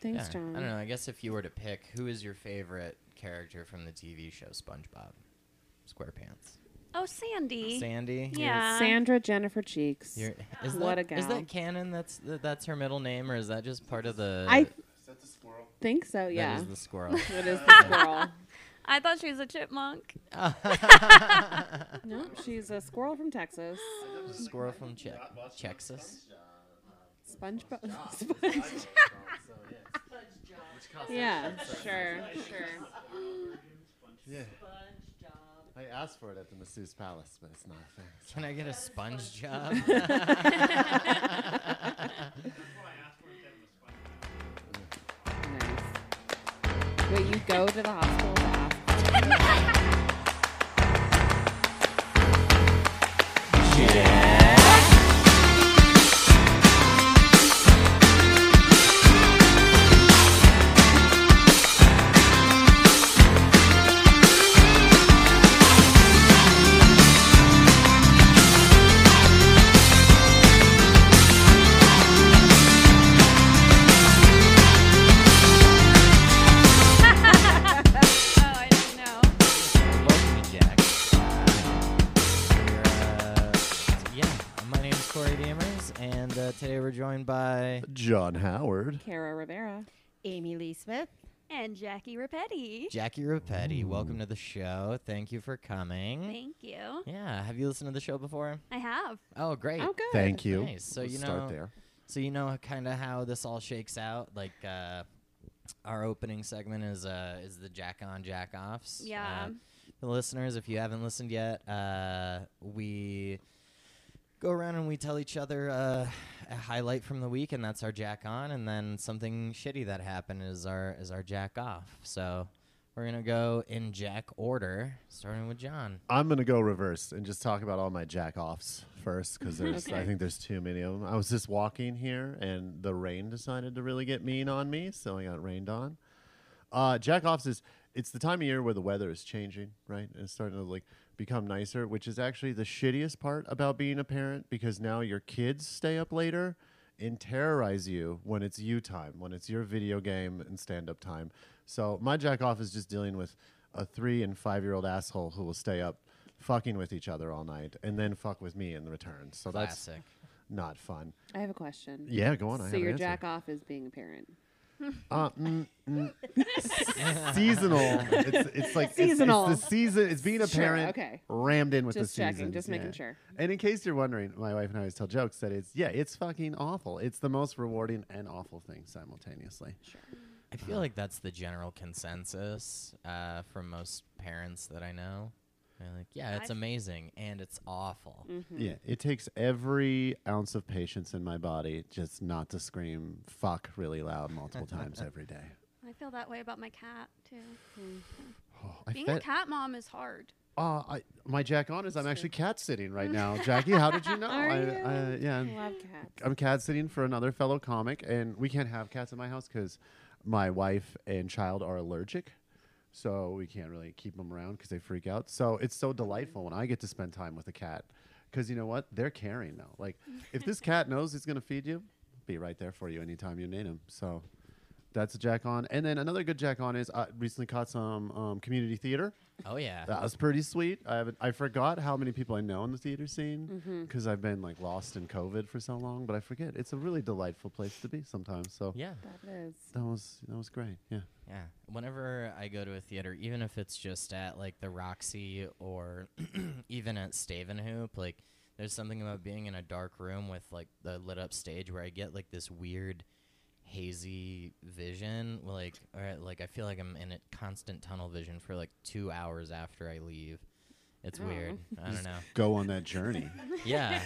Thanks, Yeah, John. I don't know. I guess if you were to pick, who is your favorite character from the TV show SpongeBob SquarePants? Oh, Sandy. Sandy. You're- Yeah. Sandra Jennifer Cheeks. You're, is What that, a Is gal. that canon? That's th- that's her middle name, or is that just part of the? I Is that the squirrel? think so. that Yeah. is the squirrel. What is the squirrel? I thought she was a chipmunk. no, she's a squirrel from Texas. squirrel from Czech, Texas. SpongeBob. Sponge. yeah, sure, sure. Yeah. I asked for it at the masseuse palace, but it's not a thing. Can I get a sponge job? Nice. Wait, you go to the hospital to ask? Oh, I didn't know. Welcome to Jack. Uh, we're, uh, yeah, my name is Corey Demers, and uh, today we're joined by John Howard. Cara Rivera. Amy Lee Smith. And Jackie Rapetti. Jackie Rapetti. Welcome to the show. Thank you for coming. Thank you. yeah, have you listened to the show before? I have. Oh, great. Oh, good. Thank you. Nice. So Let's you know- start there. So you know kind of how this all shakes out. Like uh, our opening segment is uh, is the Jack on Jack offs. Yeah. Uh, the listeners, if you haven't listened yet, uh, we go around and we tell each other uh, a highlight from the week, and that's our Jack on, and then something shitty that happened is our is our Jack off. So we're gonna go in Jack order, starting with John. I'm gonna go reverse and just talk about all my jack offs first because there's Okay. I think there's too many of them. I was just walking here and the rain decided to really get mean on me, so I got rained on. Uh, jack offs is it's the time of year where the weather is changing, right? And it's starting to like become nicer, which is actually the shittiest part about being a parent because now your kids stay up later and terrorize you when it's you time, when it's your video game and stand up time. So my jack off is just dealing with a three and five year old asshole who will stay up fucking with each other all night and then fuck with me in return. So that's Classic. not fun. I have a question. Yeah, go on. I so have your an answer. jack off is being a parent. Uh, mm, mm. seasonal. It's, it's like it's- Seasonal. It's, the season. It's being a Sure, parent. okay. Rammed in with Just the checking, season. just making sure. And in case you're wondering, my wife and I always tell jokes that it's yeah, it's fucking awful. It's the most rewarding and awful thing simultaneously. I feel like that's the general consensus uh, from most parents that I know. They're like, yeah, it's I've- amazing and it's awful. Mm-hmm. Yeah, it takes every ounce of patience in my body just not to scream fuck really loud multiple times every day. I feel that way about my cat, too. Oh, I Being a fed- cat mom is hard. Uh, I, my jack on is I'm actually cat sitting right now. Jackie, how did you know? Are I, you? I, yeah, I'm- I love cats. I'm cat sitting for another fellow comic, and we can't have cats in my house because my wife and child are allergic. So we can't really keep them around because they freak out. So it's so delightful when I get to spend time with a cat because you know what? They're caring now. Like, if this cat knows he's going to feed you, be right there for you anytime you need him. So that's a jack on. And then another good jack on is I recently caught some um, community theater. Oh yeah. That was pretty sweet. I haven't. I forgot how many people I know in the theater Mm-hmm. scene because I've been like lost in COVID for so long. But I forget. It's a really delightful place to be sometimes. So yeah. That is. that was that was great. Yeah. Yeah. Whenever I go to a theater, even if it's just at like the Roxy or even at Stavenhoop, like there's something about being in a dark room with like the lit up stage where I get like this weird hazy vision like or like I feel like I'm in a constant tunnel vision for like 2 hours after I leave. It's Oh. weird. I don't know. Go on that journey. Yeah.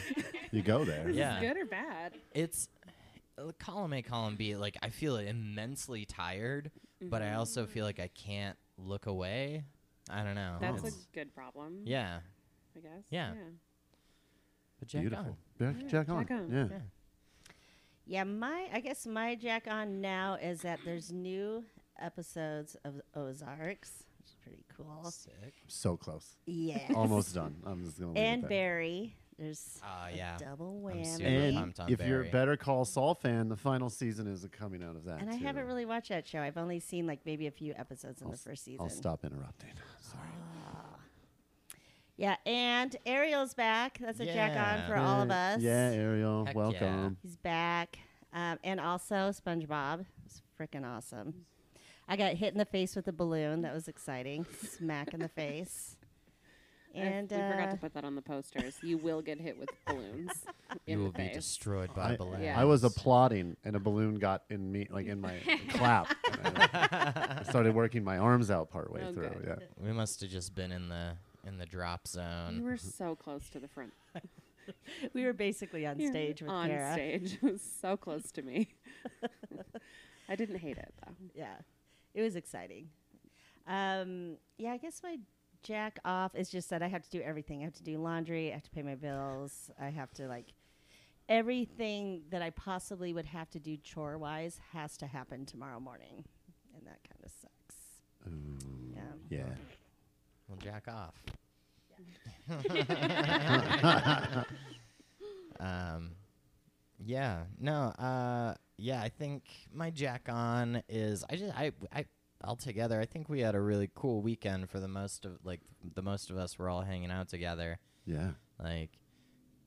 you go there. Yeah. Good or bad? it's uh, column A, column B. Like I feel immensely tired, but I also Mm-hmm. feel like I can't look away. I don't know. That's It's- a good problem. yeah. I guess. Yeah. But Jack oh, Beautiful. on. Jack, Yeah, Jack on. Jack on. Yeah. Yeah. Yeah, my I guess my jack on now is that there's new episodes of Ozarks, which is pretty cool. Sick. So close. Yeah. Almost done. I'm just gonna. leave it and there. Barry, There's Ah, a yeah. double I'm whammy. super And, pumped on if you're a Barry. Better Call Saul fan, the final season is coming out of that. I too. haven't really watched that show. I've only seen like maybe a few episodes in I'll the s- first season. I'll stop interrupting. Sorry. Yeah, and Ariel's back. That's a jack on Yeah. for all of Hey, us. Yeah, Ariel, Heck yeah. welcome. He's back. Um, and also SpongeBob. It's freaking awesome. I got hit in the face with a balloon. That was exciting. Smack in the face. I- And we forgot uh, to put that on the posters. You will get hit with balloons. in You the will be face. destroyed by I- balloons. Yeah. I was applauding, and a balloon got in me, like in my clap. And I I started working my arms out partway Oh, through. good. Yeah. we must have just been in the in the drop You zone. were so close to the front. we were basically on You were stage with on Kara. stage, It was so close to me. I didn't hate it though. Yeah, it was exciting. Um, yeah, I guess my jack off is just that I have to do everything. I have to do laundry. I have to pay my bills. I have to like everything that I possibly would have to do chore wise has to happen tomorrow morning, and that kind of sucks. Ooh, Yeah. Mm, yeah. Well, jack off. um, yeah. No. Uh, yeah. I think my jack on is. I just. I. I. Altogether, I think we had a really cool weekend for the most of like the most of us were all hanging out together. Yeah. Like,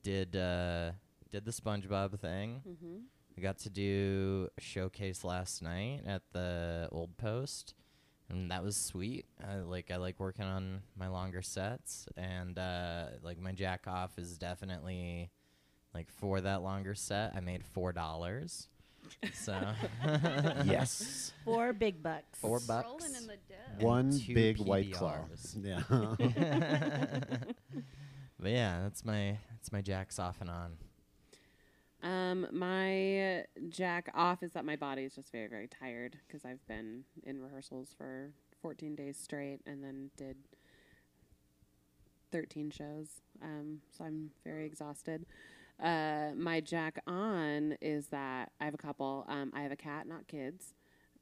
did uh, did the SpongeBob thing. Mm-hmm. We got to do a showcase last night at the Old Post, and that was sweet. I like I like working on my longer sets, and uh, like my jack off is definitely like for that longer set. I made four dollars, so yes. Four big bucks. four bucks. Rolling in the dough. One two big white claw. PBRs. Yeah. but yeah, that's my that's my jacks off and on. Um, my jack off is that my body is just very, very tired because I've been in rehearsals for 14 days straight and then did 13 shows. Um, so I'm very exhausted. Uh, my jack on is that I have a couple. Um, I have a cat, not kids.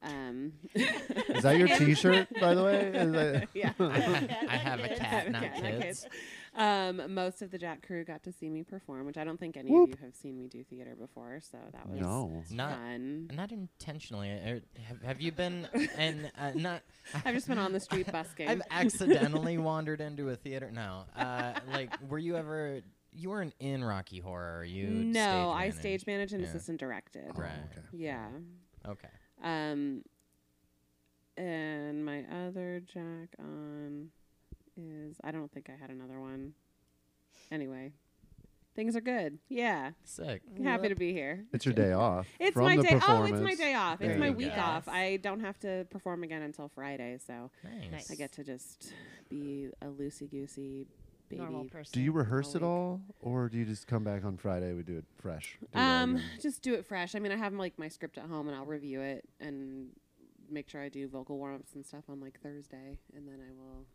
Um, Is that your T-shirt, by the way? Is that- yeah. I have a cat, not Okay, kids. Um, most of the Jack crew got to see me perform, which I don't think any of you have seen me do theater before, so that was no. Not fun. Not intentionally. Er, Have, have you been and uh, not? I've just been on the street busking. I've accidentally wandered into a theater. No, uh, like were you ever? You weren't in Rocky Horror. You no, I managed. stage managed and Yeah. assistant directed. Oh, Right. okay. Yeah. Okay. Um, and my other Jack on is I don't think I had another one. Anyway, things are good. Yeah, Sick. happy to be here. It's your day off. It's from my the day. Oh, it's my performance. day off. There It's my you week go. off. Yes. I don't have to perform again until Friday, so Nice. Nice. I get to just be a loosey goosey baby. Normal person. Do you rehearse All it week. all, or do you just come back on Friday? We do it fresh. Do it all Um, again? just do it fresh. I mean, I have like my script at home, and I'll review it and make sure I do vocal warm ups and stuff on like Thursday, and then I will.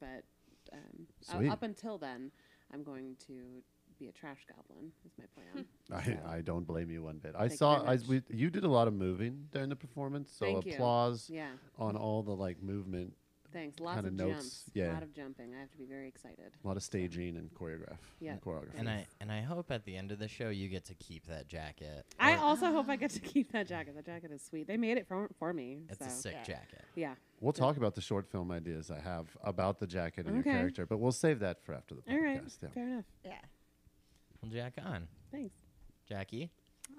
But um, u- Sweet. up until then, I'm going to be a trash goblin. Is my plan. I, I don't blame you one bit. I Thank you saw very I, much. we, you did a lot of moving during the performance, so Thank you. applause yeah. on all the like movement, Thanks. Lots Kinda of notes, jumps. yeah. A lot of jumping. I have to be very excited. a lot of staging and choreograph. Yeah. and choreography. And I and I hope at the end of the show you get to keep that jacket. I Or- also hope I get to keep that jacket. That jacket is sweet. They made it for, for me. It's so a sick Yeah. jacket. yeah. we'll talk about the short film ideas I have about the jacket and Okay. your character, but we'll save that for after the podcast. All right. yeah. Fair enough. Yeah. Well, jack on, Thanks. Jackie.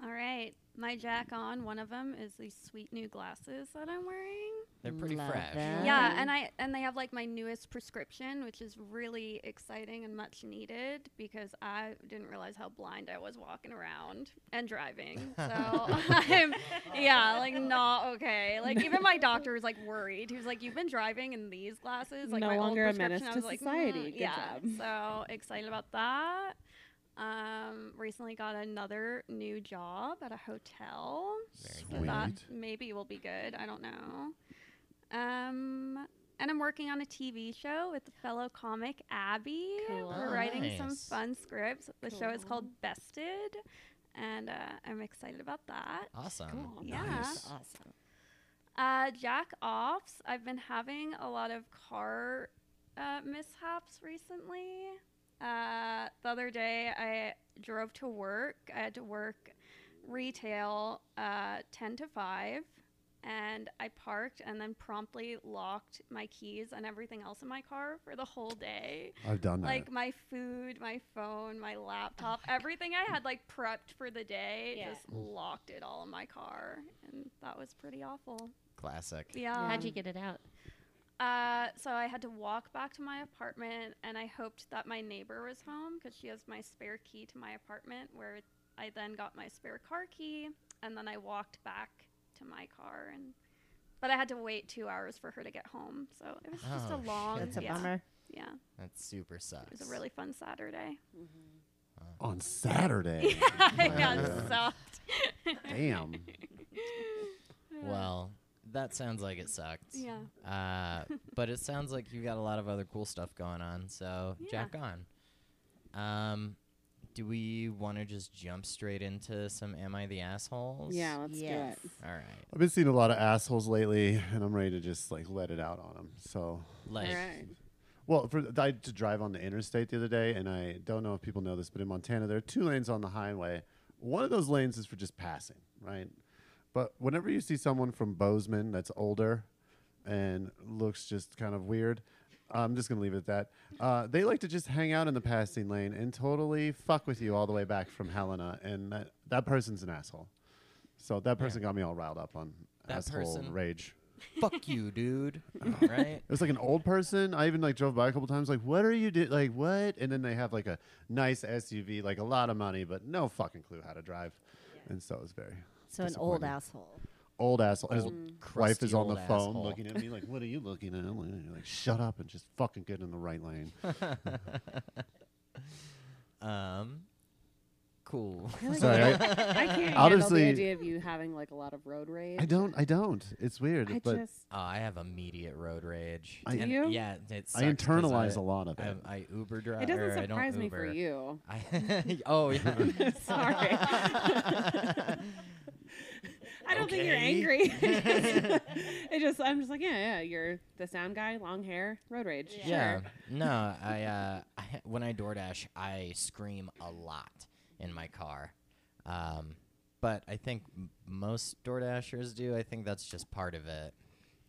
All right. My jack on, one of them is these sweet new glasses that I'm wearing. They're pretty Love fresh. that. Yeah, Oh. and I and they have like my newest prescription, which is really exciting and much needed because I didn't realize how blind I was walking around and driving. So I'm yeah, like not okay. Like even my doctor was like worried. He was like, "You've been driving in these glasses, like No my longer a old prescription." menace I to was like, society. "Mm, Good yeah. job. So excited about that. Um, recently got another new job at a hotel. Very So that Sweet. maybe will be good. I don't know. Um, and I'm working on a TV show with fellow comic Abby. Cool. We're writing some Nice. fun scripts. The show is called Cool. Bested, and uh, I'm excited about that. Awesome. Cool. Yeah. Nice. That's awesome. Uh, jack offs. I've been having a lot of car uh, mishaps recently. Uh, the other day, I drove to work. I had to work retail uh, 10 to 5, and I parked and then promptly locked my keys and everything else in my car for the whole day. I've done that. Like my food, my phone, my laptop, everything I had like prepped for the day, Yeah. just locked it all in my car, and that was pretty awful. Classic. Um, Yeah. Yeah. How'd you get it out? Uh, so I had to walk back to my apartment, and I hoped that my neighbor was home because she has my spare key to my apartment, where I then got my spare car key, and then I walked back to my car, and but I had to wait two hours for her to get home, so it was just a Oh, long. shit. That's a yeah, bummer. Yeah, That super sucks. it was a really fun Saturday. on Saturday. I got Yeah. sucked. Damn. Well, that sounds like it sucked. Yeah. Uh, but it sounds like you got a lot of other cool stuff going on. So Yeah. jack on. Um, do we want to just jump straight into some "Am I the assholes"? Yeah, let's Yes. do it. All right. I've been seeing a lot of assholes lately, and I'm ready to just like let it out on them. So, Like, All right. well, for I had to drive on the interstate the other day, and I don't know if people know this, but in Montana there are two lanes on the highway. One of those lanes is for just passing, right? But whenever you see someone from Bozeman that's older and looks just kind of weird, I'm just gonna leave it at that. Uh, they like to just hang out in the passing lane and totally fuck with you all the way back from Helena, and that, that person's an asshole. So that person got me all riled up on That asshole person- rage. fuck you, dude. right? It was like an old person. I even like drove by a couple times. Like, what are you doing? Like, what? And then they have like a nice SUV, like a lot of money, but no fucking clue how to drive. And so it was very So an old Disappointing. asshole. old asshole. And his Mm. wife crusty is on the old phone asshole. looking at me like, what are you looking at? And you're like, shut up and just fucking get in the right lane. Um, cool. Sorry, I, I can't handle Honestly- the idea of you having like a lot of road rage. I don't. I don't. It's weird, I but just Oh, I have immediate road rage. I- Do And you? Yeah, it I sucks 'cause internalize I- a lot of I, it. I Uber drive. it doesn't I don't surprise me for Uber. you. I, oh yeah. Sorry. I don't think you're Okay. angry. it just I'm just like, yeah, yeah, you're the sound guy, long hair, road rage. yeah. Sure. No, I, uh, I when I DoorDash, I scream a lot in my car. Um, but I think m- most DoorDashers do. I think that's just part of it.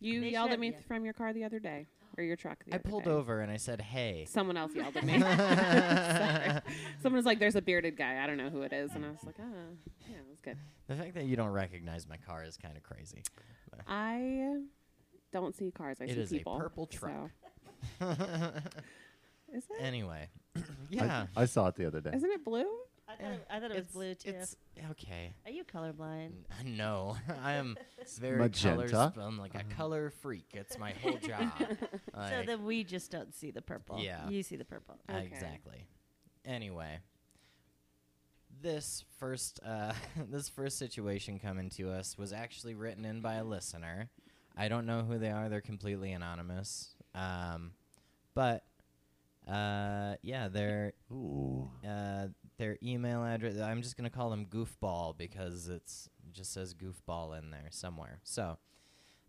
You They yelled should- at me yeah. from your car the other day or your truck the I other pulled day. over and I said, "Hey." Someone else yelled at me. Sorry. Someone was like, "There's a bearded guy. I don't know who it is," and I was like, "Ah, yeah, it was good." The fact that you don't recognize my car is kind of crazy. I don't see cars. I It see is a people. purple truck. so- Is it? anyway, I- yeah. I, saw it the other day. Isn't it blue? I thought it, I thought it was blue too. It's okay. Are you colorblind? N- No, I am very color. Magenta? Sp- I'm like a color freak. It's my whole job. so Like, then we just don't see the purple. Yeah. You see the purple. uh, Okay. Exactly. Anyway, this first uh, this first situation coming to us was actually written in by a listener. I don't know who they are. They're completely anonymous. Um, but uh, yeah, they're Ooh. uh, their email address. I'm just gonna call them Goofball because it's it just says Goofball in there somewhere. So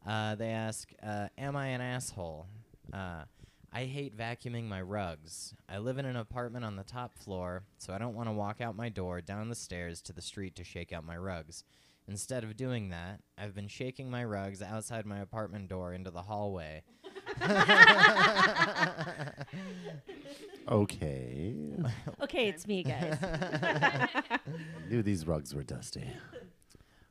uh, they ask, uh, "Am I an asshole?" Uh, I hate vacuuming my rugs. I live in an apartment on the top floor, so I don't want to walk out my door down the stairs to the street to shake out my rugs. Instead of doing that, I've been shaking my rugs outside my apartment door into the hallway. Okay. Okay, it's me, guys. Knew these rugs were dusty.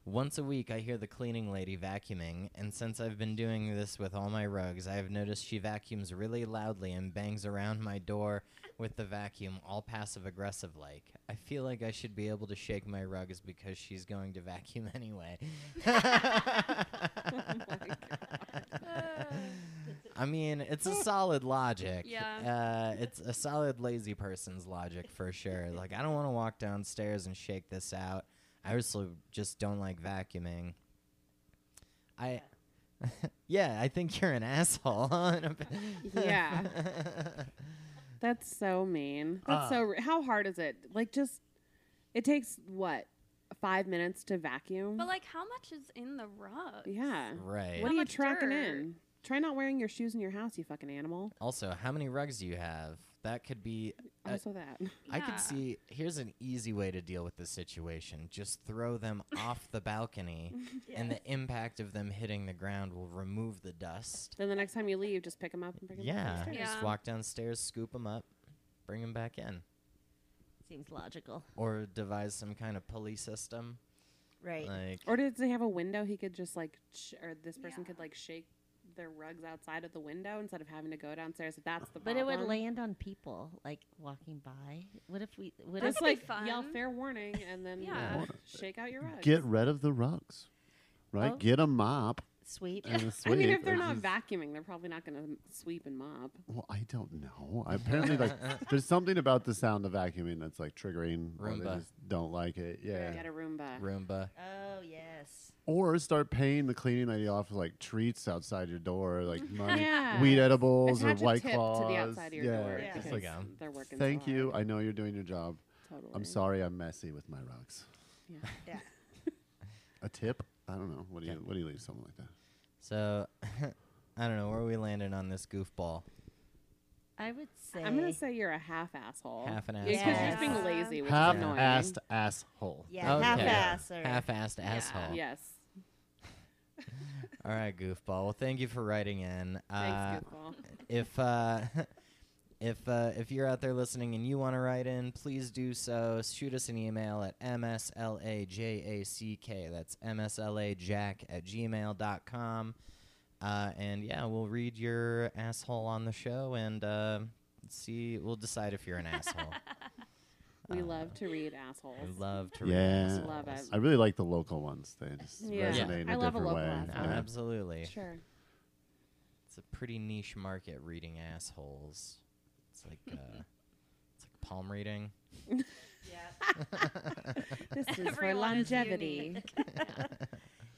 Once a week, I hear the cleaning lady vacuuming, and since I've been doing this with all my rugs, I have noticed she vacuums really loudly and bangs around my door with the vacuum, all passive aggressive like. I feel like I should be able to shake my rugs because she's going to vacuum anyway. I mean, it's a solid logic. Yeah. Uh, it's a solid lazy person's logic for sure. Like, I don't want to walk downstairs and shake this out. I also just don't like vacuuming. I, yeah, I think you're an asshole. huh? Yeah. That's so mean. That's so. Re- how hard is it? Like, just it takes what five minutes to vacuum. But like, how much is in the rug? yeah. right. What are How you much tracking dirt? in? Try not wearing your shoes in your house, you fucking animal. Also, how many rugs do you have? That could be. Uh, Also that. I could Yeah. see. Here's an easy way to deal with this situation: just throw them off the balcony, and the impact of them hitting the ground will remove the dust. Then the next time you leave, just pick them up and bring them Yeah, downstairs. just Yeah. walk downstairs, scoop them up, bring them back in, Seems logical. or devise some kind of police system. Right. Like, Or does he have a window he could just like, sh- or this person Yeah. could like shake their rugs outside of the window instead of having to go downstairs if that's the but problem. it would land on people like walking by. What if we? What That's if Just could be like yell fun. fair warning and then Yeah. uh, shake out your rugs. Get rid of the rugs, right? Oh. Get a mop sweep? and a I mean, sweep. if they're It's not just- vacuuming, they're probably not going to sweep and mop. Well, I don't know. Apparently, like there's something about the sound of vacuuming that's like triggering, or they Roomba. just don't like it. Yeah. Get a Roomba. Roomba. Oh yes. Or start paying the cleaning lady off with, like treats outside your door, like money, Yeah. weed edibles Attach or a white tip claws. to the outside of your yeah, door. Yeah. because Just like, Yeah. they're working. so thank you. hard. I know you're doing your job. Totally. I'm sorry, I'm messy with my rugs. Yeah. A tip? I don't know. What do you What do you leave someone like that? So, I don't know where are we landing on this goofball. I would say. I'm gonna say you're a half asshole. Half an Because you're just being asshole. lazy, which Half is annoying. assed asshole. Yeah. Okay. Half-ass or Half-assed asshole. Yes. All right, goofball. Well, thank you for writing in. Uh, Thanks, goofball. if uh, if uh, if you're out there listening and you want to write in, please do so. Shoot us an email at mslajack. That's mslajack at gmail.com. Uh, and yeah, we'll read your asshole on the show and uh, see. We'll decide if you're an asshole. uh, We love to read assholes. We love to read Yeah. Love it. I really like the local ones. They just Yeah. Yeah. resonate in I a love a different local way. asshole. No, Yeah. absolutely. Sure. It's a pretty niche market reading assholes. It's like uh, it's like palm reading. This is for Everyone is longevity.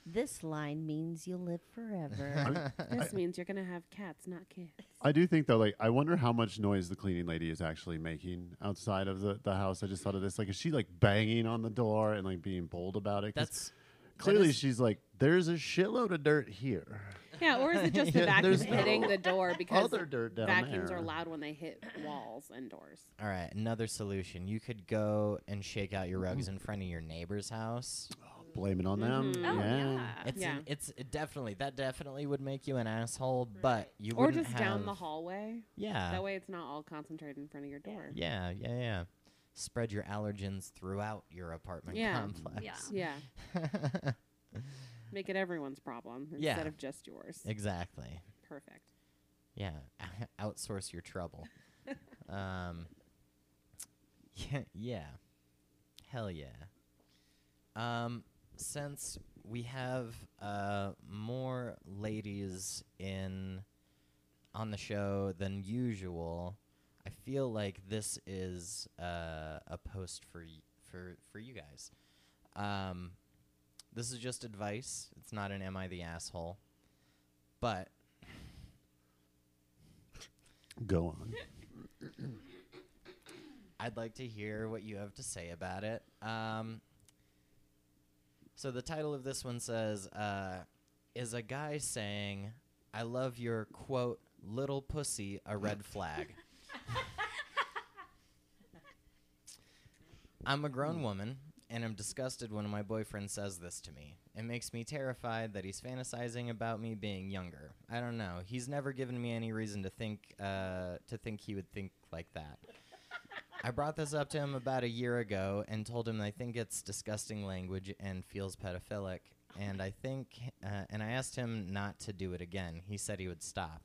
This line means you'll live forever. this means you're gonna have cats, not kids. I do think though, like, I wonder how much noise the cleaning lady is actually making outside of the, the house. I just thought of this. Like, is she like banging on the door and like being bold about it? 'Cause That's clearly is- she's like, there's a shitload of dirt here. Yeah, or is it just the Yeah, vacuum there's hitting no the door because other dirt down vacuums there. are loud when they hit walls and doors? all right. Another solution. You could go and shake out your rugs in front of your neighbor's house. Oh, blame it on them. Mhm. Oh, yeah. yeah. It's Yeah. an- it's it definitely that definitely would make you an asshole, but you Or wouldn't just down the have- hallway. Yeah. That way it's not all concentrated in front of your door. Yeah. Yeah. Yeah. Spread your allergens throughout your apartment Yeah. complex. Yeah. Yeah. Make it everyone's problem instead Yeah. of just yours. exactly. Perfect. Yeah, outsource your trouble. um, yeah, yeah, hell yeah. Um, since we have uh, more ladies in on the show than usual, I feel like this is uh, a post for y- for for you guys. Um, this is just advice. It's not an "Am I the asshole?" But Go on. I'd like to hear what you have to say about it. Um, so the title of this one says, uh, "Is a guy saying I love your quote little pussy a red flag?" I'm a grown woman, and I'm disgusted when my boyfriend says this to me. It makes me terrified that he's fantasizing about me being younger. I don't know. He's never given me any reason to think uh, to think he would think like that. I brought this up to him about a year ago and told him I think it's disgusting language and feels pedophilic. And I think, uh, and I asked him not to do it again. He said he would stop.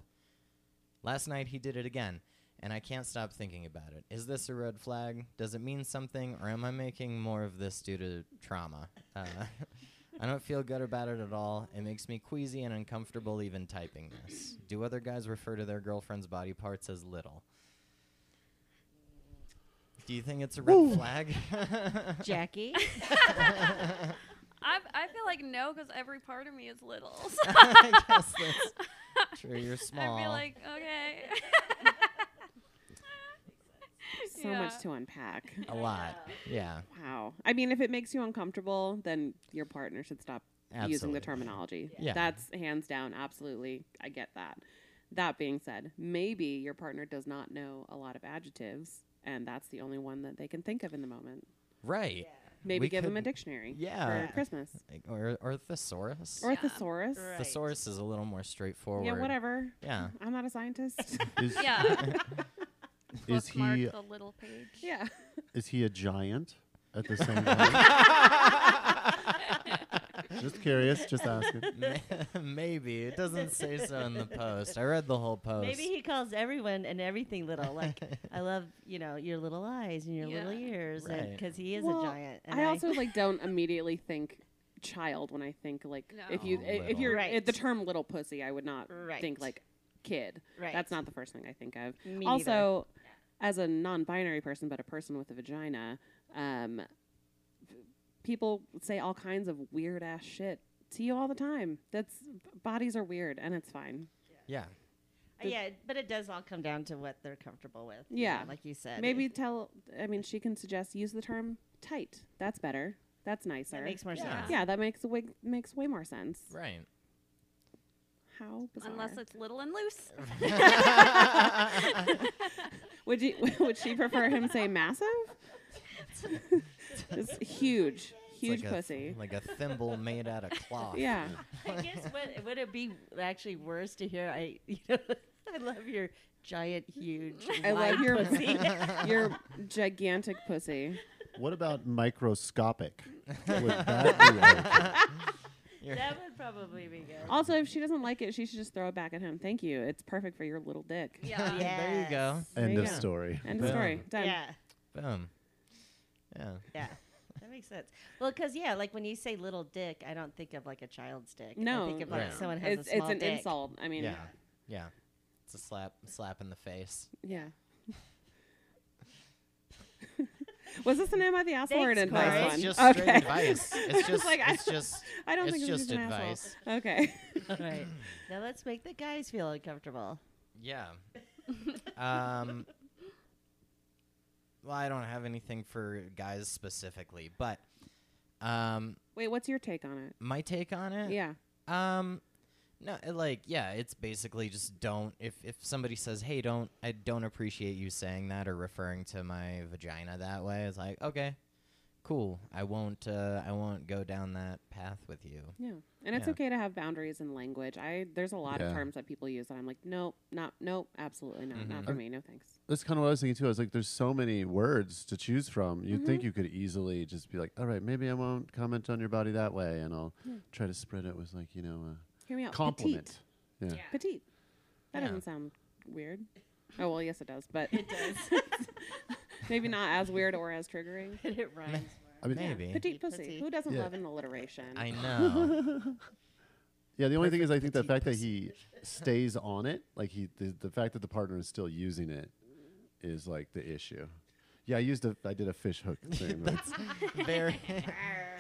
Last night he did it again, and I can't stop thinking about it. Is this a red flag? Does it mean something, or am I making more of this due to trauma? Uh, I don't feel good about it at all. It makes me queasy and uncomfortable even typing this. Do other guys refer to their girlfriend's body parts as little? Do you think it's a red flag? Jackie. I, I feel like no, because every part of me is little. So I guess that's true. You're small. I'd be like, okay. So much to unpack. a lot. Yeah. Oh, Wow. I mean, if it makes you uncomfortable, then your partner should stop using Absolutely. the terminology. Yeah. That's hands down, absolutely. I get that. That being said, maybe your partner does not know a lot of adjectives, and that's the only one that they can think of in the moment. Right. Maybe We give them a could- dictionary Yeah. for Christmas Like, or or thesaurus. or a Yeah. thesaurus. Right. Thesaurus is a little more straightforward. Yeah, whatever. Yeah. I'm not a scientist. Is, Yeah. is Bookmark he the little page? yeah. is he a giant at the same time? just curious, just asking. Maybe it doesn't say so in the post. I read the whole post. Maybe he calls everyone and everything little. Like I love you know your little eyes and your little Yeah. ears, Right. because he is Well, a giant. And I also like don't immediately think child when I think like if you No. if Oh, Little. you're Right. if the term little pussy I would not Right. think like kid. Right. That's not the first thing I think of. Me also, as a non-binary person but a person with a vagina, um, p- people say all kinds of weird ass shit to you all the time. That's bodies are weird and it's fine. yeah. Uh, yeah, but it does all come down to what they're comfortable with. you Yeah. know, like you said, Maybe it, tell I mean she can suggest use the term tight. That's better. That's nicer. that makes more Yeah. sense. yeah, that makes way, makes way more sense. Right. How bizarre. Unless it's little and loose. Would you would she prefer him say massive? it's huge, huge it's like pussy. A, like a thimble made out of cloth. yeah, I guess what would it be actually worse to hear? I you know, I love your giant, huge. I love wide your pussy. your gigantic pussy. What about microscopic? Would that You're- that would probably be good. Also, if she doesn't like it, she should just throw it back at him. Thank you. It's perfect for your little dick. Yeah. There you go. be like, end of Yeah. story? End of Yeah. story. Done. Yeah. Boom. Yeah. Yeah. That makes sense. Well, because yeah, like when you say little dick, I don't think of like a child's dick. No, I think of like Right. someone has It's a it's small an dick. insult. I mean, Yeah. yeah. Yeah. It's a slap slap in the face. Was this an am I the asshole or an Thanks, advice Corey. one? it's just okay. straight advice. It's just like, I it's just I don't it's think I'm just just an advice. asshole. Okay. right. Now let's make the guys feel uncomfortable. Yeah. um Well, I don't have anything for guys specifically, but um Wait, what's your take on it? my take on it Yeah. Um, no, uh, like yeah, it's basically just don't. If if somebody says, "Hey, don't," I don't appreciate you saying that or referring to my vagina that way. It's like, okay, cool. I won't. Uh, I won't go down that path with you. Yeah. And it's Yeah. okay to have boundaries in language. I there's a lot Yeah. of terms that people use that I'm like, nope, not nope, absolutely not. Not for me. No thanks. That's kind of what I was thinking too. I was like, there's so many words to choose from. You'd think Mm-hmm. you could easily just be like, all right, maybe I won't comment on your body that way, and I'll try to spread it with like, you know, Hear me a out. compliment. Yeah. Petite. Petite. That Yeah. doesn't sound weird. Oh well yes it does, but it does. Maybe not as weird or as triggering. it rhymes. I mean, Maybe. Petite pussy. Petite. Who doesn't Yeah. love an alliteration? I know. Yeah, the only thing is, I think Perfect the petite fact that pussy. he stays on it, like he, the, the fact that the partner is still using it, is like the issue. Yeah, I used a, I did a fish hook thing. but Very.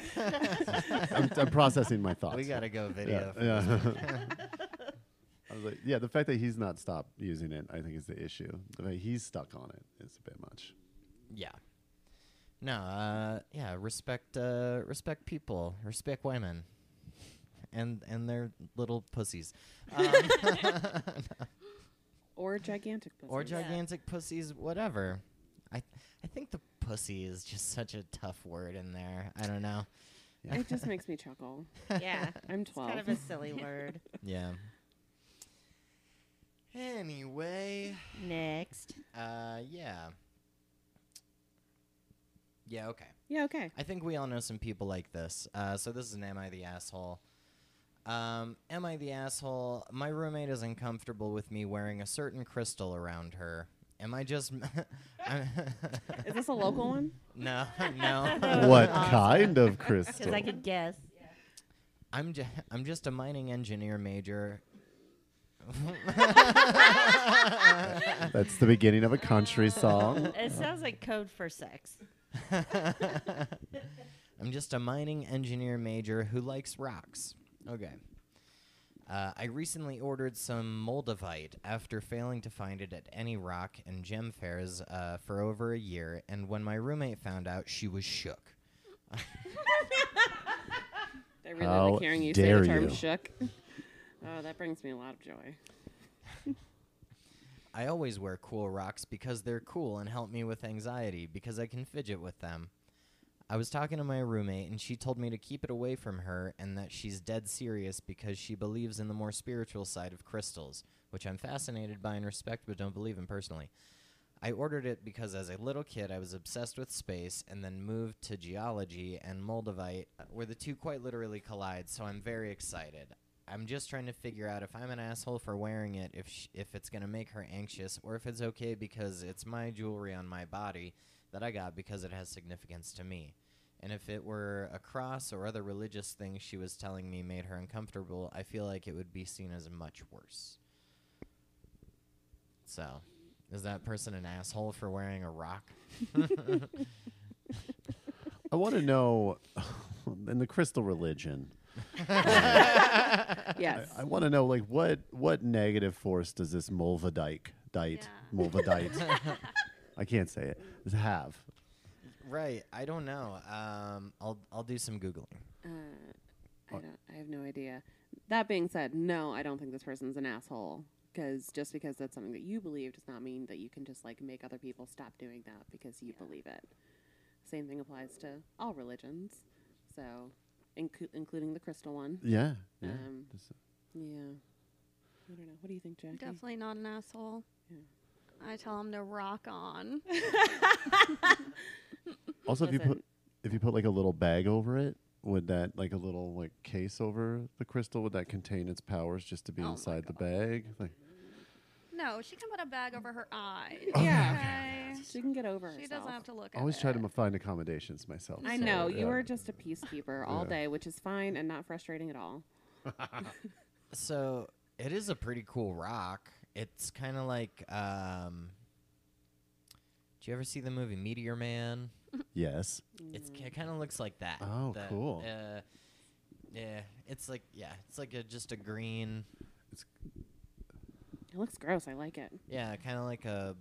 I'm, I'm processing my thoughts. we gotta go Yeah, video. yeah. I was like, yeah, the fact that he's not stopped using it, I think, is the issue. The fact he's stuck on it is a bit much. Yeah. No. Uh. Yeah. Respect. Uh. Respect people. Respect women. And and their little pussies. Um, or gigantic pussy. or gigantic pussies, whatever. I I think the pussy is just such a tough word in there. I don't know. it just makes me chuckle. yeah. I'm It's kind twelve. of a silly word. Yeah. Anyway, Next. uh, yeah. Yeah, okay. yeah, okay. I think we all know some people like this. Uh, so this is an Am I the Asshole? Um, am I the asshole? My roommate is uncomfortable with me wearing a certain crystal around her. Am I just. I'm- Is this a local one? no, no. What Awesome. kind of Because crystal? I could guess. I'm just I'm just a mining engineer major. That's the beginning of a country song. It sounds like code for sex. I'm just a mining engineer major who likes rocks. Okay. Uh, I recently ordered some moldavite after failing to find it at any rock and gem fairs uh, for over a year, and when my roommate found out, she was shook. I really How like hearing you say dare the term you. shook. Oh, that brings me a lot of joy. I always wear cool rocks because they're cool and help me with anxiety because I can fidget with them. I was talking to my roommate and she told me to keep it away from her and that she's dead serious because she believes in the more spiritual side of crystals, which I'm fascinated by and respect but don't believe in personally. I ordered it because as a little kid I was obsessed with space and then moved to geology and moldavite uh, where the two quite literally collide, so I'm very excited. I'm just trying to figure out if I'm an asshole for wearing it, if sh- if it's gonna make her anxious, or if it's okay because it's my jewelry on my body that I got because it has significance to me. And if it were a cross or other religious thing she was telling me made her uncomfortable, I feel like it would be seen as much worse. So, is that person an asshole for wearing a rock? I want to know in the crystal religion. Yes. I want to know like what what negative force does this Molvadike dite Yeah. Molvadite? I can't say it. does it Have right. I don't know. Um, I'll I'll do some googling. Uh, I Uh, don't. I have no idea. That being said, no, I don't think this person's an asshole. Because just because that's something that you believe does not mean that you can just like make other people stop doing that because you believe it. Same thing applies to all religions, so inclu- including the crystal one. yeah. yeah. Um, Just- yeah. I don't know. What do you think, Jackie? Definitely not an asshole. Yeah. I tell him to rock on. also, if you Listen. put if you put like a little bag over it, would that like a little like case over the crystal? Would that contain its powers just to be Oh my inside the bag? Like, No, she can put a bag over her eyes. Yeah. okay? She can get over She herself. doesn't have to look at Oh, I always try to it. m- find accommodations myself. I so, know yeah. you were just a peacekeeper all Yeah. day, which is fine and not frustrating at all. So it is a pretty cool rock. It's kind of like. Um, do you ever see the movie Meteor Man? Yes. It's it kind of looks like that. Oh, The, cool. Uh, yeah, it's like yeah, it's like a just a green. It looks gross. I like it. Yeah, kind of like a,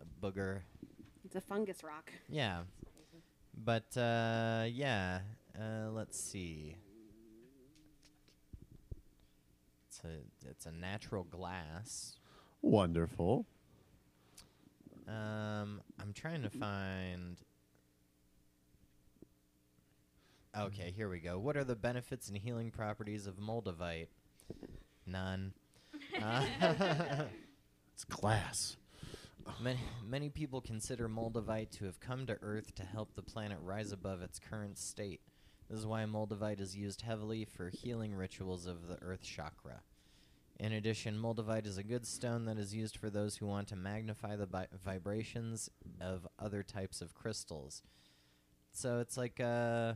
a booger. It's a fungus rock. Yeah, but uh, yeah, uh, let's see. It's a it's a natural glass. Wonderful. Um, I'm trying to find. Okay, here we go. What are the benefits and healing properties of moldavite? None. Uh, It's glass. many, many people consider moldavite to have come to Earth to help the planet rise above its current state. This is why moldavite is used heavily for healing rituals of the Earth chakra. In addition, moldavite is a good stone that is used for those who want to magnify the bi- vibrations of other types of crystals. So it's like uh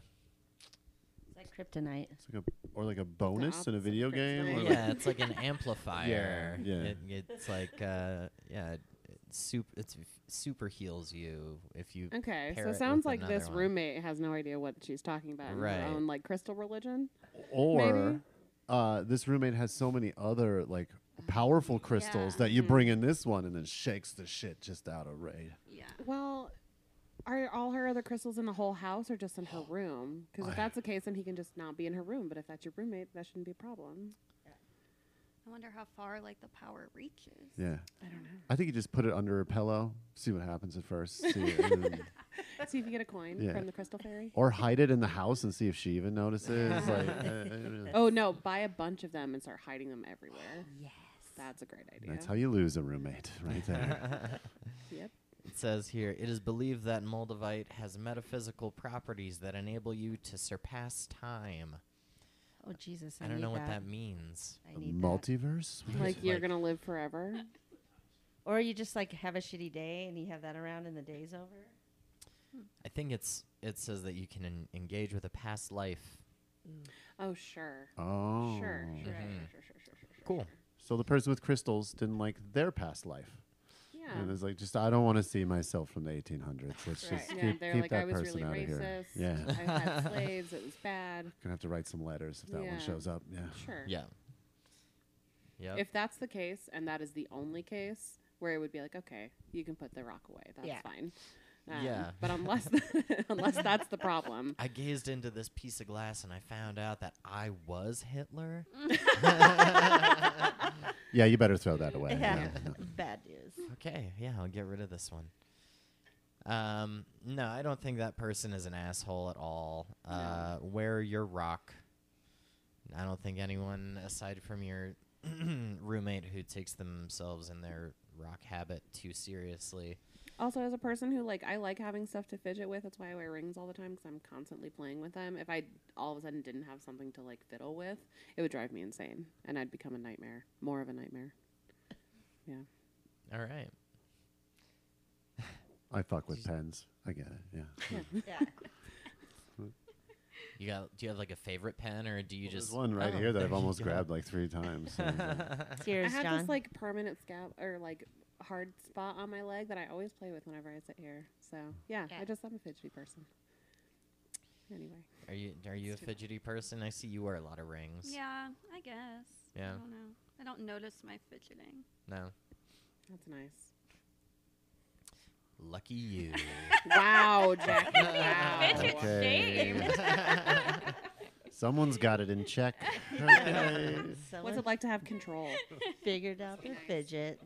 It's like kryptonite. It's like a or like a bonus in opposite a of video game. kryptonite. or, like, yeah, it's like an amplifier. Yeah, yeah. It, it's like uh yeah, it, it's super it's f- super heals you if you Okay, pair so it it with sounds like another this one. roommate has no idea what she's talking about in Right. her own like crystal religion. or Maybe. uh, this roommate has so many other like powerful crystals that you bring in this one and then shakes the shit just out of raid. Yeah. Well, are all her other crystals in the whole house or just in her room? Because if that's the case, then he can just not be in her room. But if that's your roommate, that shouldn't be a problem. I wonder how far like the power reaches. Yeah, I don't know. I think you just put it under her pillow, see what happens at first, see and then- See if you get a coin Yeah. from the crystal fairy. or hide it in the house and see if she even notices. like, uh, uh, uh, Oh no, buy a bunch of them and start hiding them everywhere. Yes. That's a great idea. that's how you lose a roommate, right there. yep. It says here, it is believed that moldavite has metaphysical properties that enable you to surpass time. Oh Jesus! I, I don't need know that. what that means. I A need that. multiverse. Like you're Like- gonna live forever. Or you just like have a shitty day and you have that around and the day's over. I think it's it says that you can en- engage with a past life. Oh sure. Oh, Sure, sure, sure, Mhm. sure, sure, sure, sure, sure. Cool. So the person with crystals didn't like their past life. And Yeah. it's like, just I don't want to see myself from the 1800s. Let's Right. just Yeah, keep, they're keep like, that I was person really out of racist. here. Yeah, I had slaves. It was bad. gonna have to write some letters if that Yeah. one shows up. Yeah. Sure. Yeah. Yep. If that's the case, and that is the only case where it would be like, okay, you can put the rock away. That's Yeah. fine. Um, Yeah. But unless unless that's the problem, I gazed into this piece of glass and I found out that I was Hitler. Yeah, you better throw that away. Yeah. Yeah. Bad news. Okay, yeah, I'll get rid of this one. Um, no, I don't think that person is an asshole at all. Uh, wear your rock. I don't think anyone aside from your roommate who takes themselves and their rock habit too seriously. also as a person who like I like having stuff to fidget with, that's why I wear rings all the time because I'm constantly playing with them. If I all of a sudden didn't have something to like fiddle with, it would drive me insane, and I'd become a nightmare, more of a nightmare. Yeah. All right. I fuck with pens. I get it. Yeah. Yeah. You got do you have like a favorite pen or do you There's just one right Oh, here that there I've you almost go. grabbed like three times. so it's like- Tears, I have John. this like permanent scab or like hard spot on my leg that I always play with whenever I sit here. So yeah, Yeah. I just I'm a fidgety person. Anyway, Are you are you a fidgety person? I see you wear a lot of rings. Yeah, I guess. Yeah. I don't know. I don't notice my fidgeting. No. that's nice. Lucky you. wow, Jackie. Wow. Fidget Okay. shame. Someone's got it in check. Okay. What's Someone it like to have control? figured out the fidget.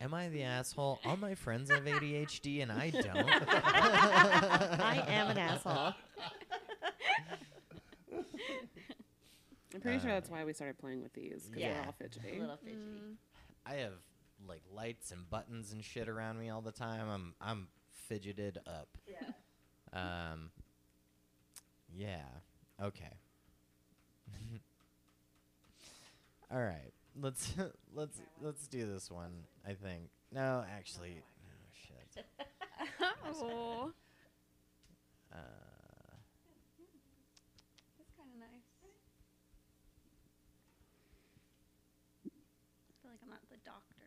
Am I the asshole? All my friends have ADHD and I don't. I am an asshole. I'm pretty sure that's why we started playing with these because Yeah. we're all fidgety. little fidgety. Mm. I have like lights and buttons and shit around me all the time. I'm I'm fidgeted up. Yeah. Um. Yeah. Okay. all right. Let's let's let's do this one. I think. No, actually. No shit. Oh. Uh, That's kind of nice. I feel like I'm at the doctor.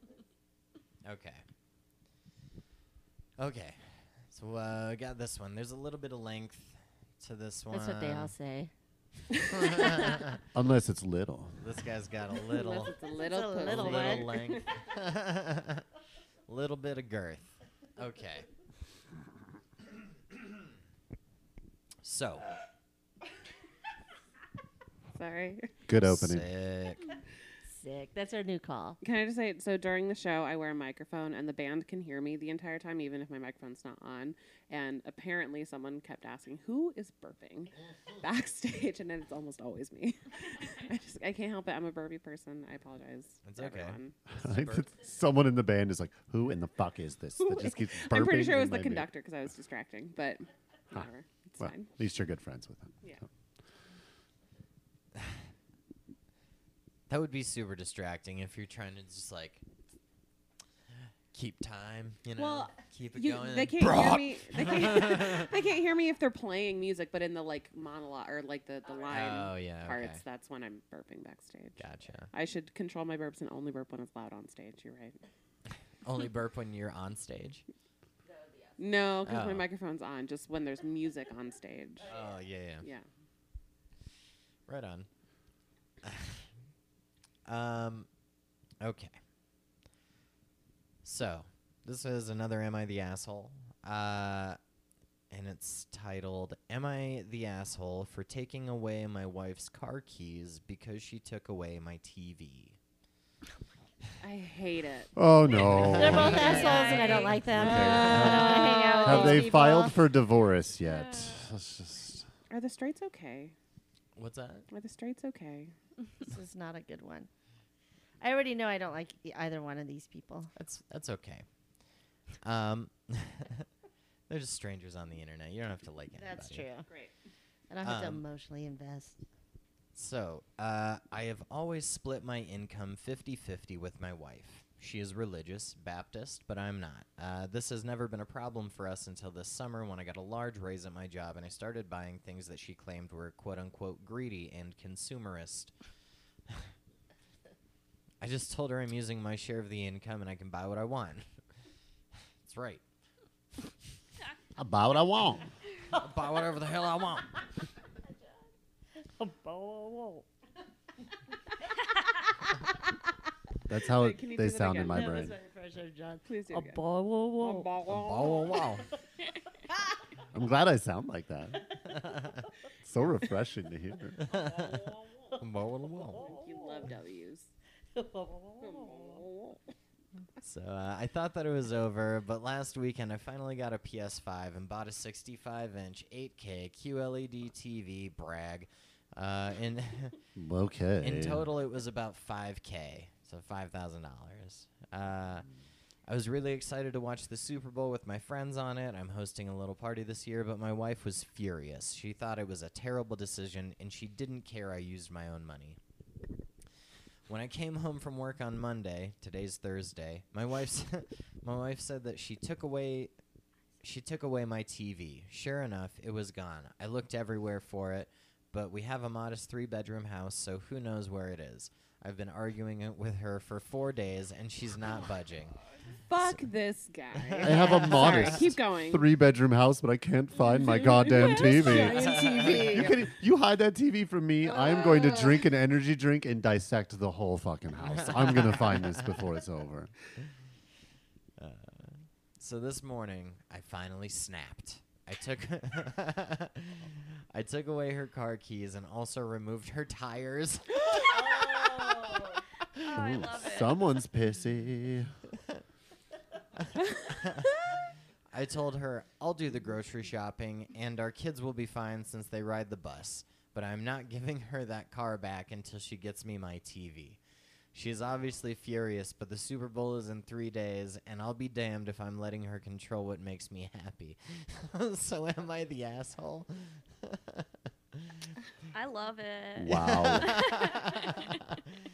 Okay. Okay. So uh, I got this one. There's a little bit of length to this one. That's what they all say. Unless it's little. This guy's got a Unless little, it's a little, a little pussy. one. little length, little bit of girth. Okay. So Sorry. Good opening. sick. Sick. That's our new call. Can I just say so during the show I wear a microphone and the band can hear me the entire time even if my microphone's not on and apparently someone kept asking who is burping backstage and it's almost always me. I just I can't help it. I'm a burpy person. I apologize. It's to okay. everyone. I think that someone in the band is like, "Who in the fuck is this?" That just keeps burping. I'm pretty sure it in was my the beer?" conductor because I was distracting, but whatever. It's Well, fine. at least you're good friends with him. Yeah. That would be super distracting if you're trying to just like keep time, you know, Well, keep it You, going. they can't hear me. They can't, they can't hear me if they're playing music, but in the like monologue or like the, the line Oh, yeah, parts, okay. that's when I'm burping backstage. Gotcha. I should control my burps and only burp when it's loud on stage. You're right. Only burp when you're on stage. No, because my Oh. microphone's on. Just when there's music on stage. Oh yeah, yeah. Yeah. Right on. um, okay. So, this is another Am I the Asshole? Uh, and it's titled Am I the Asshole for Taking Away My Wife's Car Keys Because She Took Away My TV? I hate it. Oh They're no! both assholes, and I don't like them. Okay. I don't hang out with Have these they people. filed for divorce yet? Let's just- Are the straights okay? What's that? Are the straights okay? This is not a good one. I already know I don't like e- either one of these people. That's that's okay. Um, they're just strangers on the internet. You don't have to like anybody. That's true. Great. I don't have to Um, emotionally invest. So, uh, I have always split my income 50 50 with my wife. She is religious, Baptist, but I'm not. Uh, this has never been a problem for us until this summer when I got a large raise at my job and I started buying things that she claimed were quote unquote greedy and consumerist. I just told her I'm using my share of the income and I can buy what I want. That's right. I buy what I want. I'll buy whatever the hell I want. That's how Wait, it- can you they do that sound again? in my That That was brain. my impression of John. Please do A again. bow, wow, wow. Wow, wow, wow. I'm glad I sound like that. so refreshing to hear. You love W's. So uh, I thought that it was over, but last weekend I finally got a PS5 and bought a 65-inch 8K QLED TV. Brag. Uh, in Okay. in total, it was about 5K, so five thousand dollars. Uh, I was really excited to watch the Super Bowl with my friends on it. I'm hosting a little party this year, but my wife was furious. She thought it was a terrible decision, and she didn't care I used my own money. When I came home from work on Monday, today's Thursday, my wife's my wife said that she took away she took away my TV. Sure enough, it was gone. I looked everywhere for it, but we have a modest three bedroom house, so who knows where it is. I've been arguing it with her for four days and she's not budging. Fuck this guy. I have a modest Sorry, keep going. three bedroom house, but I can't find my goddamn TV. Giant TV. You can e, you hide that TV from me. I'm going to Ah. drink an energy drink and dissect the whole fucking house. I'm gonna find this before it's over. So this morning, I finally snapped. I took I took away her car keys and also removed her tires. Oh, I Ooh, love it. Someone's pissy. I told her I'll do the grocery shopping and our kids will be fine since they ride the bus, but I'm not giving her that car back until she gets me my TV. She is obviously furious, but the Super Bowl is in three days, and I'll be damned if I'm letting her control what makes me happy. so am I the asshole? I love it. Wow.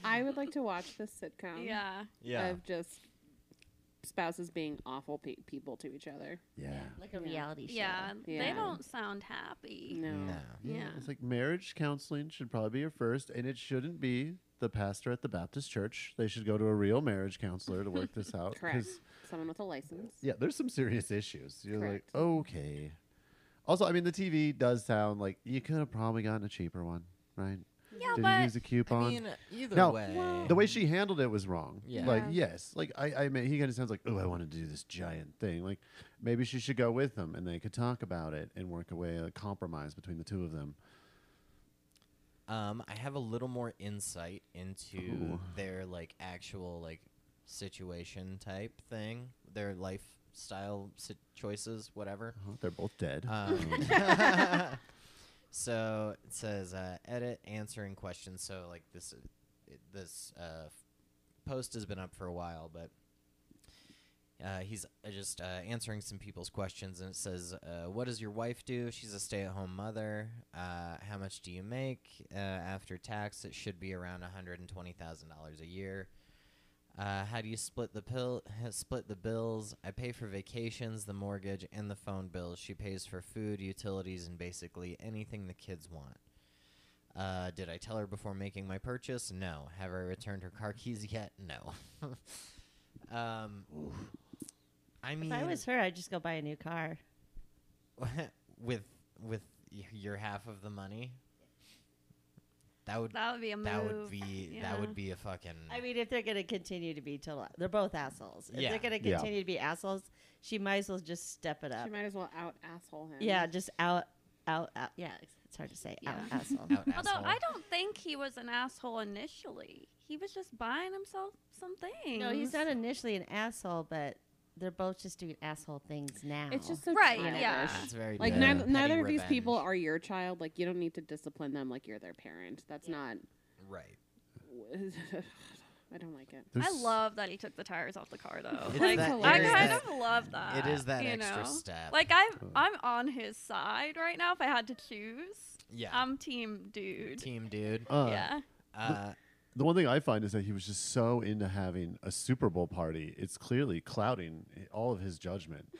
I would like to watch this sitcom Yeah. of just spouses being awful pe- people to each other. yeah. Like a reality show. Yeah. They Yeah. don't sound happy. No. No. Yeah. It's like marriage counseling should probably be your first, and it shouldn't be the pastor at the Baptist church. They should go to a real marriage counselor to work this out. 'cause, Correct. Someone with a license. Yeah, there's some serious issues. You're Correct. like, okay. Also, I mean, the TV does sound like you could have probably gotten a cheaper one, right? Yeah, Did you but use a coupon? I mean, either Now, way. the way she handled it was wrong. Yeah. Like, Yeah. yes. Like, I, I mean, he kind of sounds like, oh, I want to do this giant thing. Like, maybe she should go with him and they could talk about it and work away a compromise between the two of them. Um, I have a little more insight into Ooh. their like actual like situation type thing, their lifestyle si- choices, whatever. Uh-huh, They're both dead. Uh, Um, so it says uh, edit answering questions. So like this uh, it, this uh, f- post has been up for a while, but uh, he's uh, just uh, answering some people's questions, and it says, uh, "What does your wife do? She's a stay-at-home mother. Uh, how much do you make uh, after tax? It should be around one hundred and twenty thousand dollars a year." Uh, how do you split the pill? Split the bills. I pay for vacations, the mortgage, and the phone bills. She pays for food, utilities, and basically anything the kids want. Uh, did I tell her before making my purchase? No. Have I returned her car keys yet? No. um, I mean, If I was her, I'd just go buy a new car. with with y- your half of the money, that would that, that would be a move. would be that Yeah. would be a fucking. I mean, if they're going to continue to be total, they're both assholes. If Yeah. they're going to Yeah. continue to be assholes, she might as well just step it up. She might as well out asshole him. Yeah, just out, out, out. Yeah, it's- it's hard to say. Yeah. Out asshole. out Although asshole. I don't think he was an asshole initially. He was just buying himself some things. no, he's not initially an asshole, but they're both just doing asshole things now. It's just so Right, childish. yeah. It's very Like good. neither, Petty neither of these revenge. people are your child. Like you don't need to discipline them like you're their parent. That's not. right. I don't like it. I There's- love that he took the tires off the car though. It's like that- I it is kind that- of love that. It is that you extra know? step. Like I'm I'm on his side right now if I had to choose. yeah, I'm team dude. team dude. Uh, yeah. Uh, The one thing I find is that he was just so into having a Super Bowl party. It's clearly clouding i- all of his judgment.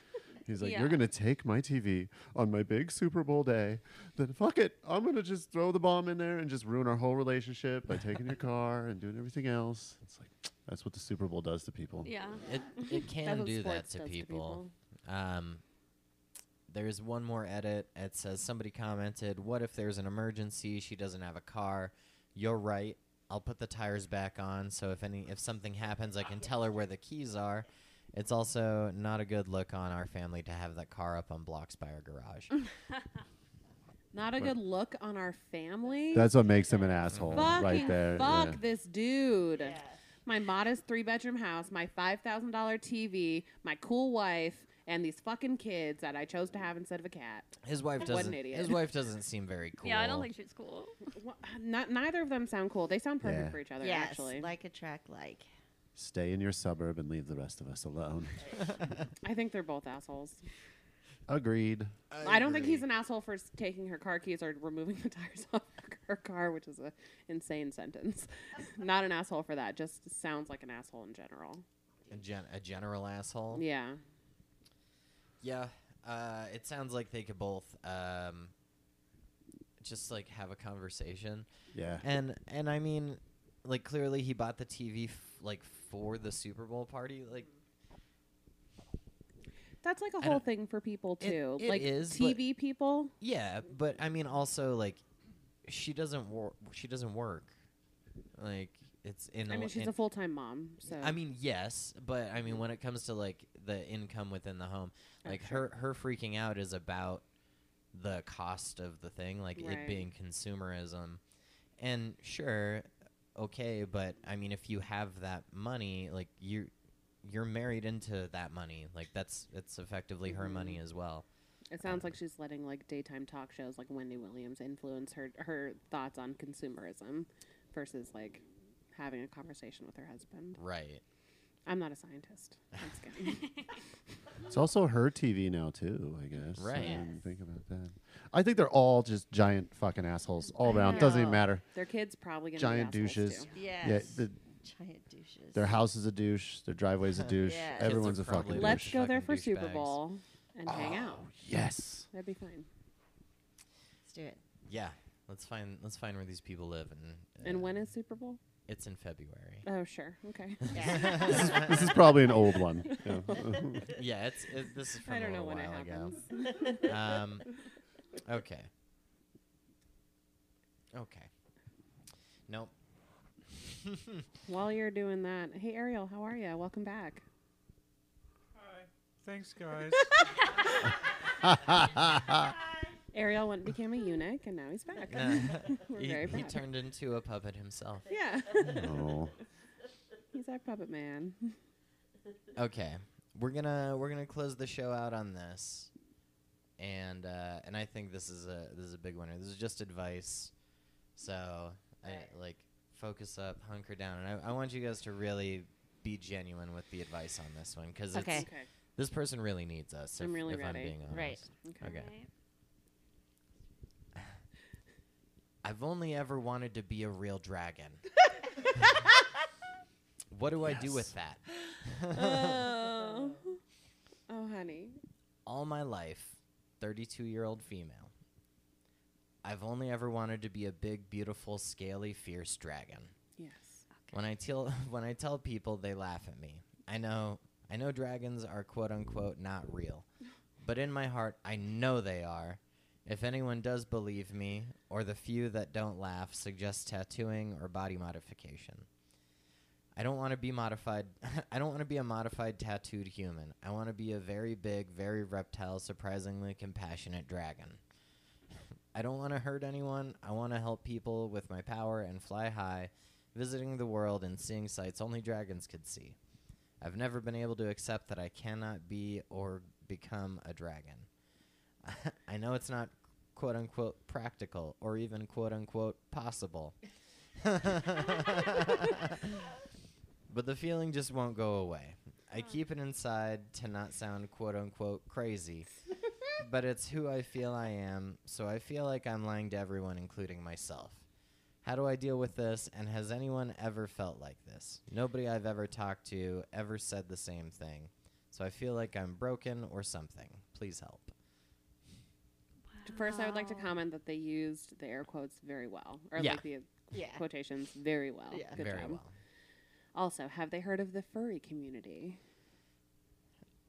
He's like, Yeah. You're going to take my TV on my big Super Bowl day. Then fuck it. I'm going to just throw the bomb in there and just ruin our whole relationship by taking your car and doing everything else. It's like, that's what the Super Bowl does to people. Yeah. it it That's can what do that sports to does people. Um, there's one more edit. It says somebody commented, "What if there's an emergency? She doesn't have a car." You're right. I'll put the tires back on so if any if something happens I can tell her where the keys are. It's also not a good look on our family to have that car up on blocks by our garage. Not a good look on our family. That's what makes him an asshole Fucking right there. fuck yeah. this dude. Yeah. My modest three bedroom house, my five thousand dollar TV, my cool wife, and these fucking kids that I chose to have instead of a cat. His wife What an doesn't idiot. his wife doesn't seem very cool. Yeah, I don't think she's cool. Wha- Not, neither of them sound cool. They sound perfect Yeah. for each other. Yes, Actually, like attract like. Stay in your suburb and leave the rest of us alone. I think they're both assholes. Agreed. I, don't think he's an asshole for s- taking her car keys or removing the tires off her car, which is a insane sentence. Not an asshole for that. Just sounds like an asshole in general. a, gen- a general asshole. Yeah. Yeah, uh, it sounds like they could both um, just like have a conversation, Yeah. and and I mean, like clearly he bought the TV f- like for the Super Bowl party. Like That's like a I whole don't- thing for people It- too. it like is, but- TV people. yeah, but I mean also like she doesn't wor- she doesn't work. Like it's in. I mean, she's in, a full time mom. So I mean, yes, but I mean, when it comes to like the income within the home, Oh, like her her freaking out is about the cost of the thing, like Right. it being consumerism. And sure, okay, but I mean, if you have that money, like you you're married into that money, like that's it's effectively her Mm-hmm. money as well. it sounds like she's letting like daytime talk shows like Wendy Williams influence her her thoughts on consumerism versus like having a conversation with her husband. Right. I'm not a scientist. I'm just kidding. It's also her TV now too, I guess. I Right. didn't think about that. I think they're all just giant fucking assholes all around. Doesn't even know. matter. Their kids probably gonna Giant be assholes, douches. too. Yes. Yeah, the, Giant douches. their house is a douche. Their driveway's a douche. Yes. Everyone's a Kids fucking are probably douche. like- Let's go there for Fucking Super douchebags. Bowl and hang out. yes. That'd be fine. Let's do it. Yeah. Let's find let's find where these people live and And uh, when is Super Bowl? it's in February. Oh sure, okay. Yeah. This is probably an old one. Yeah. yeah, it's it, this is from I don't a know little when it while ago. happens. um, okay. Okay. Nope. While you're doing that, hey Ariel, how are you? Welcome back. Hi. Thanks, guys. Ariel went and became a eunuch, and now he's back. Nah. We're he, very he proud. turned into a puppet himself. Yeah, Oh. he's our puppet man. Okay. We're gonna we're gonna close the show out on this. And uh, and I think this is a this is a big winner. This is just advice. So Right. I like focus up, hunker down, and I, I want you guys to really be genuine with the advice on this one because Okay. Okay. this person really needs us. I'm if, really if I'm ready. being honest. Right. Okay. Okay. Right? I've only ever wanted to be a real dragon. what do I do with that? Oh. oh, honey. All my life, 32 year old female, I've only ever wanted to be a big, beautiful, scaly, fierce dragon. Yes. When I tell when I tell people, they laugh at me. I know I know dragons are quote unquote not real, but in my heart, I know they are. If anyone does believe me, or the few that don't laugh, suggest tattooing or body modification. I don't want to be modified. I don't want to be a modified tattooed human. I want to be a very big, very reptile, surprisingly compassionate dragon. I don't want to hurt anyone. I want to help people with my power and fly high, visiting the world and seeing sights only dragons could see. I've never been able to accept that I cannot be or become a dragon. I know it's not quote unquote practical or even quote unquote possible. but the feeling just won't go away. I keep it inside to not sound quote unquote crazy, but it's who I feel I am, so I feel like I'm lying to everyone, including myself. How do I deal with this, and has anyone ever felt like this? Nobody I've ever talked to ever said the same thing, so I feel like I'm broken or something. Please help. First, I would like to Wow. comment that they used the air quotes very well, or Yeah. like the Yeah. quotations very well. Yeah. Good Very job. well. Also, have they heard of the furry community?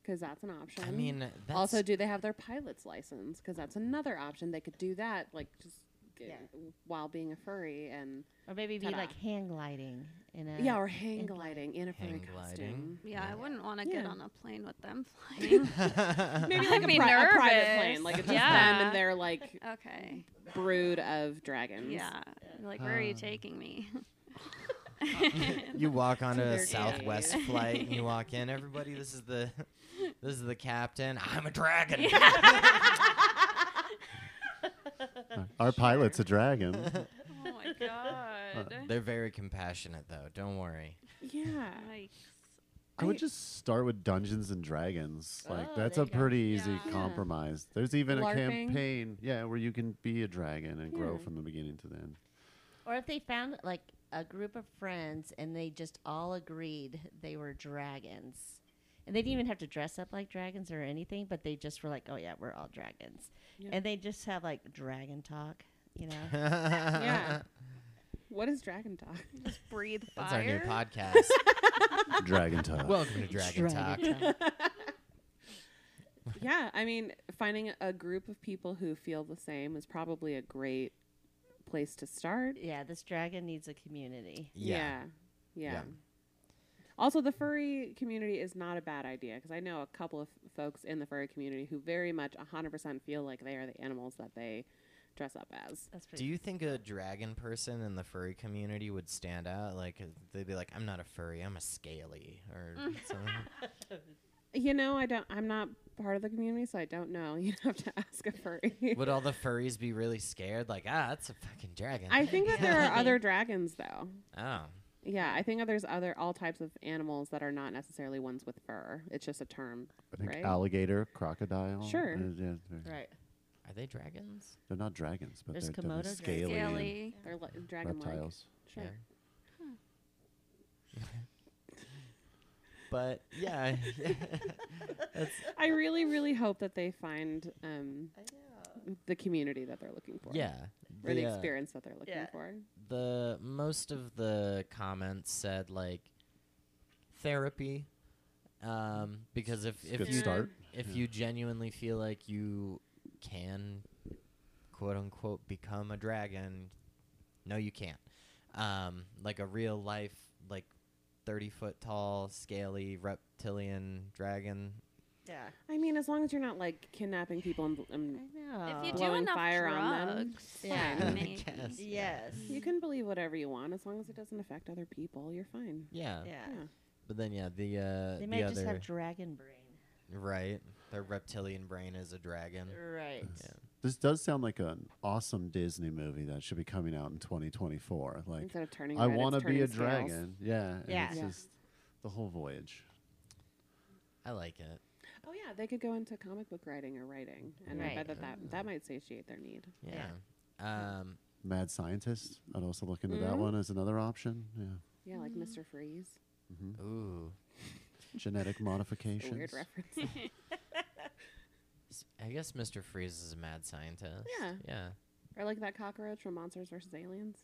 Because that's an option. I mean, that's also, do they have their pilot's license? Because that's another option. They could do that, like just Yeah. while being a furry and Or maybe be Ta-da. like hang gliding in a yeah, or hang in- gliding in a furry Hang costume. gliding. Yeah, I wouldn't want to get Yeah. on a plane with them flying. Maybe I'd like a, be pri- a private nervous. plane, like it's just them Yeah. and their like okay. brood of dragons. Yeah. Like, where are Um. you taking me? Oh you walk onto a their Southwest days. flight and you walk in. Everybody, this is the this is the captain. I'm a dragon. Our pilot's a dragon. oh my Uh, god. They're very compassionate though. Don't worry. yeah. Yikes. I would just start with Dungeons and Dragons. Like Oh, that's there a you go. pretty easy Yeah. compromise. There's even a LARPing. campaign, yeah, where you can be a dragon and grow Yeah. from the beginning to the end. Or if they found like a group of friends and they just all agreed they were dragons. And they didn't even have to dress up like dragons or anything, but they just were like, oh, yeah, we're all dragons. Yeah. And they just have like dragon talk, you know? yeah. What is dragon talk? Just breathe That's fire. our new podcast. Dragon talk. Welcome to Dragon Talk. Dragon talk. yeah, I mean, finding a group of people who feel the same is probably a great place to start. yeah, this dragon needs a community. Yeah. Yeah. Yeah. Also, the furry community is not a bad idea because I know a couple of folks in the furry community who very much 100% feel like they are the animals that they dress up as. That's pretty Do you think a dragon person in the furry community would stand out? Like uh, they'd be like, "I'm not a furry. I'm a scaly," or something. You know, I don't, I'm not part of the community, so I don't know. You'd have to ask a furry. Would all the furries be really scared? Like, ah, that's a fucking dragon. I think that there are other dragons, though. oh, Yeah, I think that there's other all types of animals that are not necessarily ones with fur. It's just a term, I think right? alligator, crocodile. Sure. uh, yeah, they're, Right. are they dragons? they're not dragons, but There's they're, they're Komodo scaly, and Scaly. They're li- dragon like. reptiles. Sure. Yeah. But yeah, that's, I really, really hope that they find um, I know. the community that they're looking for. yeah. Or the uh, experience that they're looking Yeah. for. the most of the comments said like therapy, um, because if if Good you start. if you genuinely feel like you can quote unquote become a dragon no you can't um, like a real life like 30 foot tall scaly reptilian dragon Yeah. I mean, as long as you're not like kidnapping people and, bl- and I know. If you do Uh, Blowing enough fire drugs, on them. Yeah. I maybe. guess. Yes. you can believe whatever you want, as long as it doesn't affect other people, you're fine. yeah. Yeah. Yeah. but then yeah the uh They the might other just have dragon brain. right their reptilian brain is a dragon Right. This does sound like an awesome Disney movie that should be coming out in 2024. Like, Instead of turning, I want to be a dragon. Yeah. and Yeah. It's Yeah. just the whole voyage. i like it Oh yeah, they could go into comic book writing or writing, and I Right. bet that, that that might satiate their need. yeah, Yeah. um Mad Scientist. I'd also look into Mm-hmm. that one as another option. Yeah. Mm-hmm. Yeah, like Mr. Freeze. ooh Genetic modifications. Weird reference. S- i guess mr freeze is a mad scientist Yeah. yeah or like that cockroach from Monsters vs. Aliens,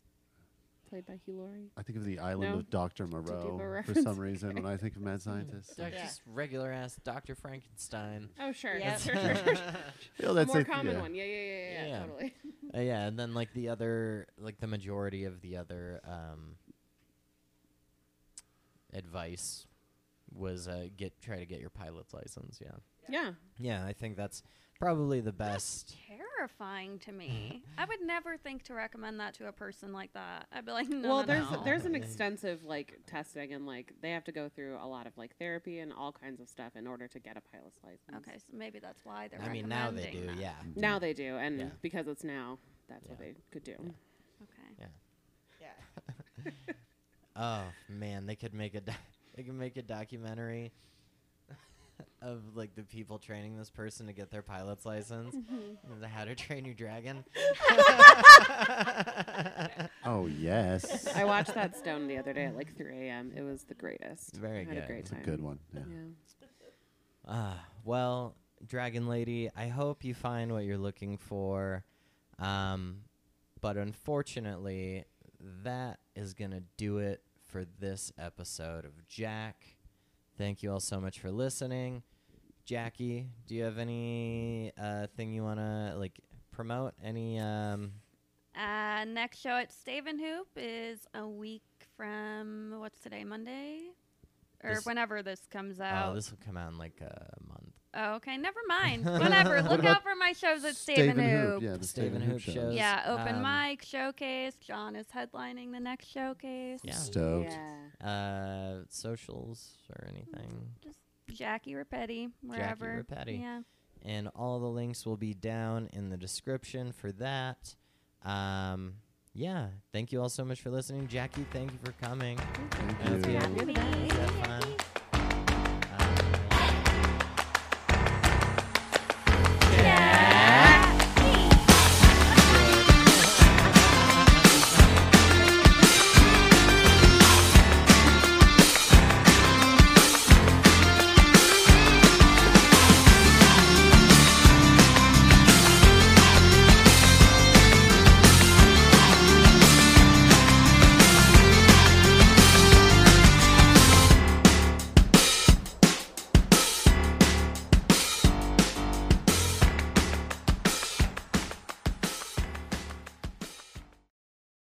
played by Hugh Laurie. I think of the island No? of Dr. a Moreau for reference? some reason when I think of Mad Scientist. Doc- Yeah. Just regular ass Dr. Frankenstein. Oh sure, Yep. sure, sure, sure. Yeah, that's More it, common yeah. one. Yeah, yeah, yeah, yeah, Yeah. totally. Uh, yeah, and then like the other, like the majority of the other um, advice was uh, get try to get your pilot's license. Yeah, Yeah, yeah, I think that's probably the best. terrifying to me. Mm-hmm. I would never think to recommend that to a person like that. I'd be like, no, well no, there's no. there's an extensive like testing and like they have to go through a lot of like therapy and all kinds of stuff in order to get a pilot's license Okay, so maybe that's why they're. I mean, now they do. recommending that. Yeah, Mm-hmm. now they do and Yeah. because it's now that's what Yeah. they could do Okay. Yeah. Oh man, they could make a do- they could make a documentary of like the people training this person to get their pilot's license, and the How to Train Your Dragon. Oh, yes. i watched that stone the other day at like 3 a.m it was the greatest I Very had good. a great It's a time good one. Yeah. yeah Ah, well, Dragon Lady, I hope you find what you're looking for, um, but unfortunately, that is gonna do it for this episode of Jack. Thank you all so much for listening. Jackie, do you have any uh, thing you want to like promote? Any um, Uh, next show at Stavenhoop is a week from what's today, Monday, or This- whenever this comes out. Oh, this will come out in like a month. Oh, okay, never mind. Whatever. What Look about out for my shows at Staven Stavenhoop. Yeah, the Staven Staven Hoop Hoop show. shows. Yeah, open Um, mic showcase. John is headlining the next showcase. Yeah. Stoked. Uh, socials or anything. Jackie Rapetti, wherever. Rapetti. Yeah. and all the links will be down in the description for that. Um, yeah, thank you all so much for listening, Jackie. Thank you for coming. Thank Thank Iya. you. you. Happy Have fun. Uh, Iya.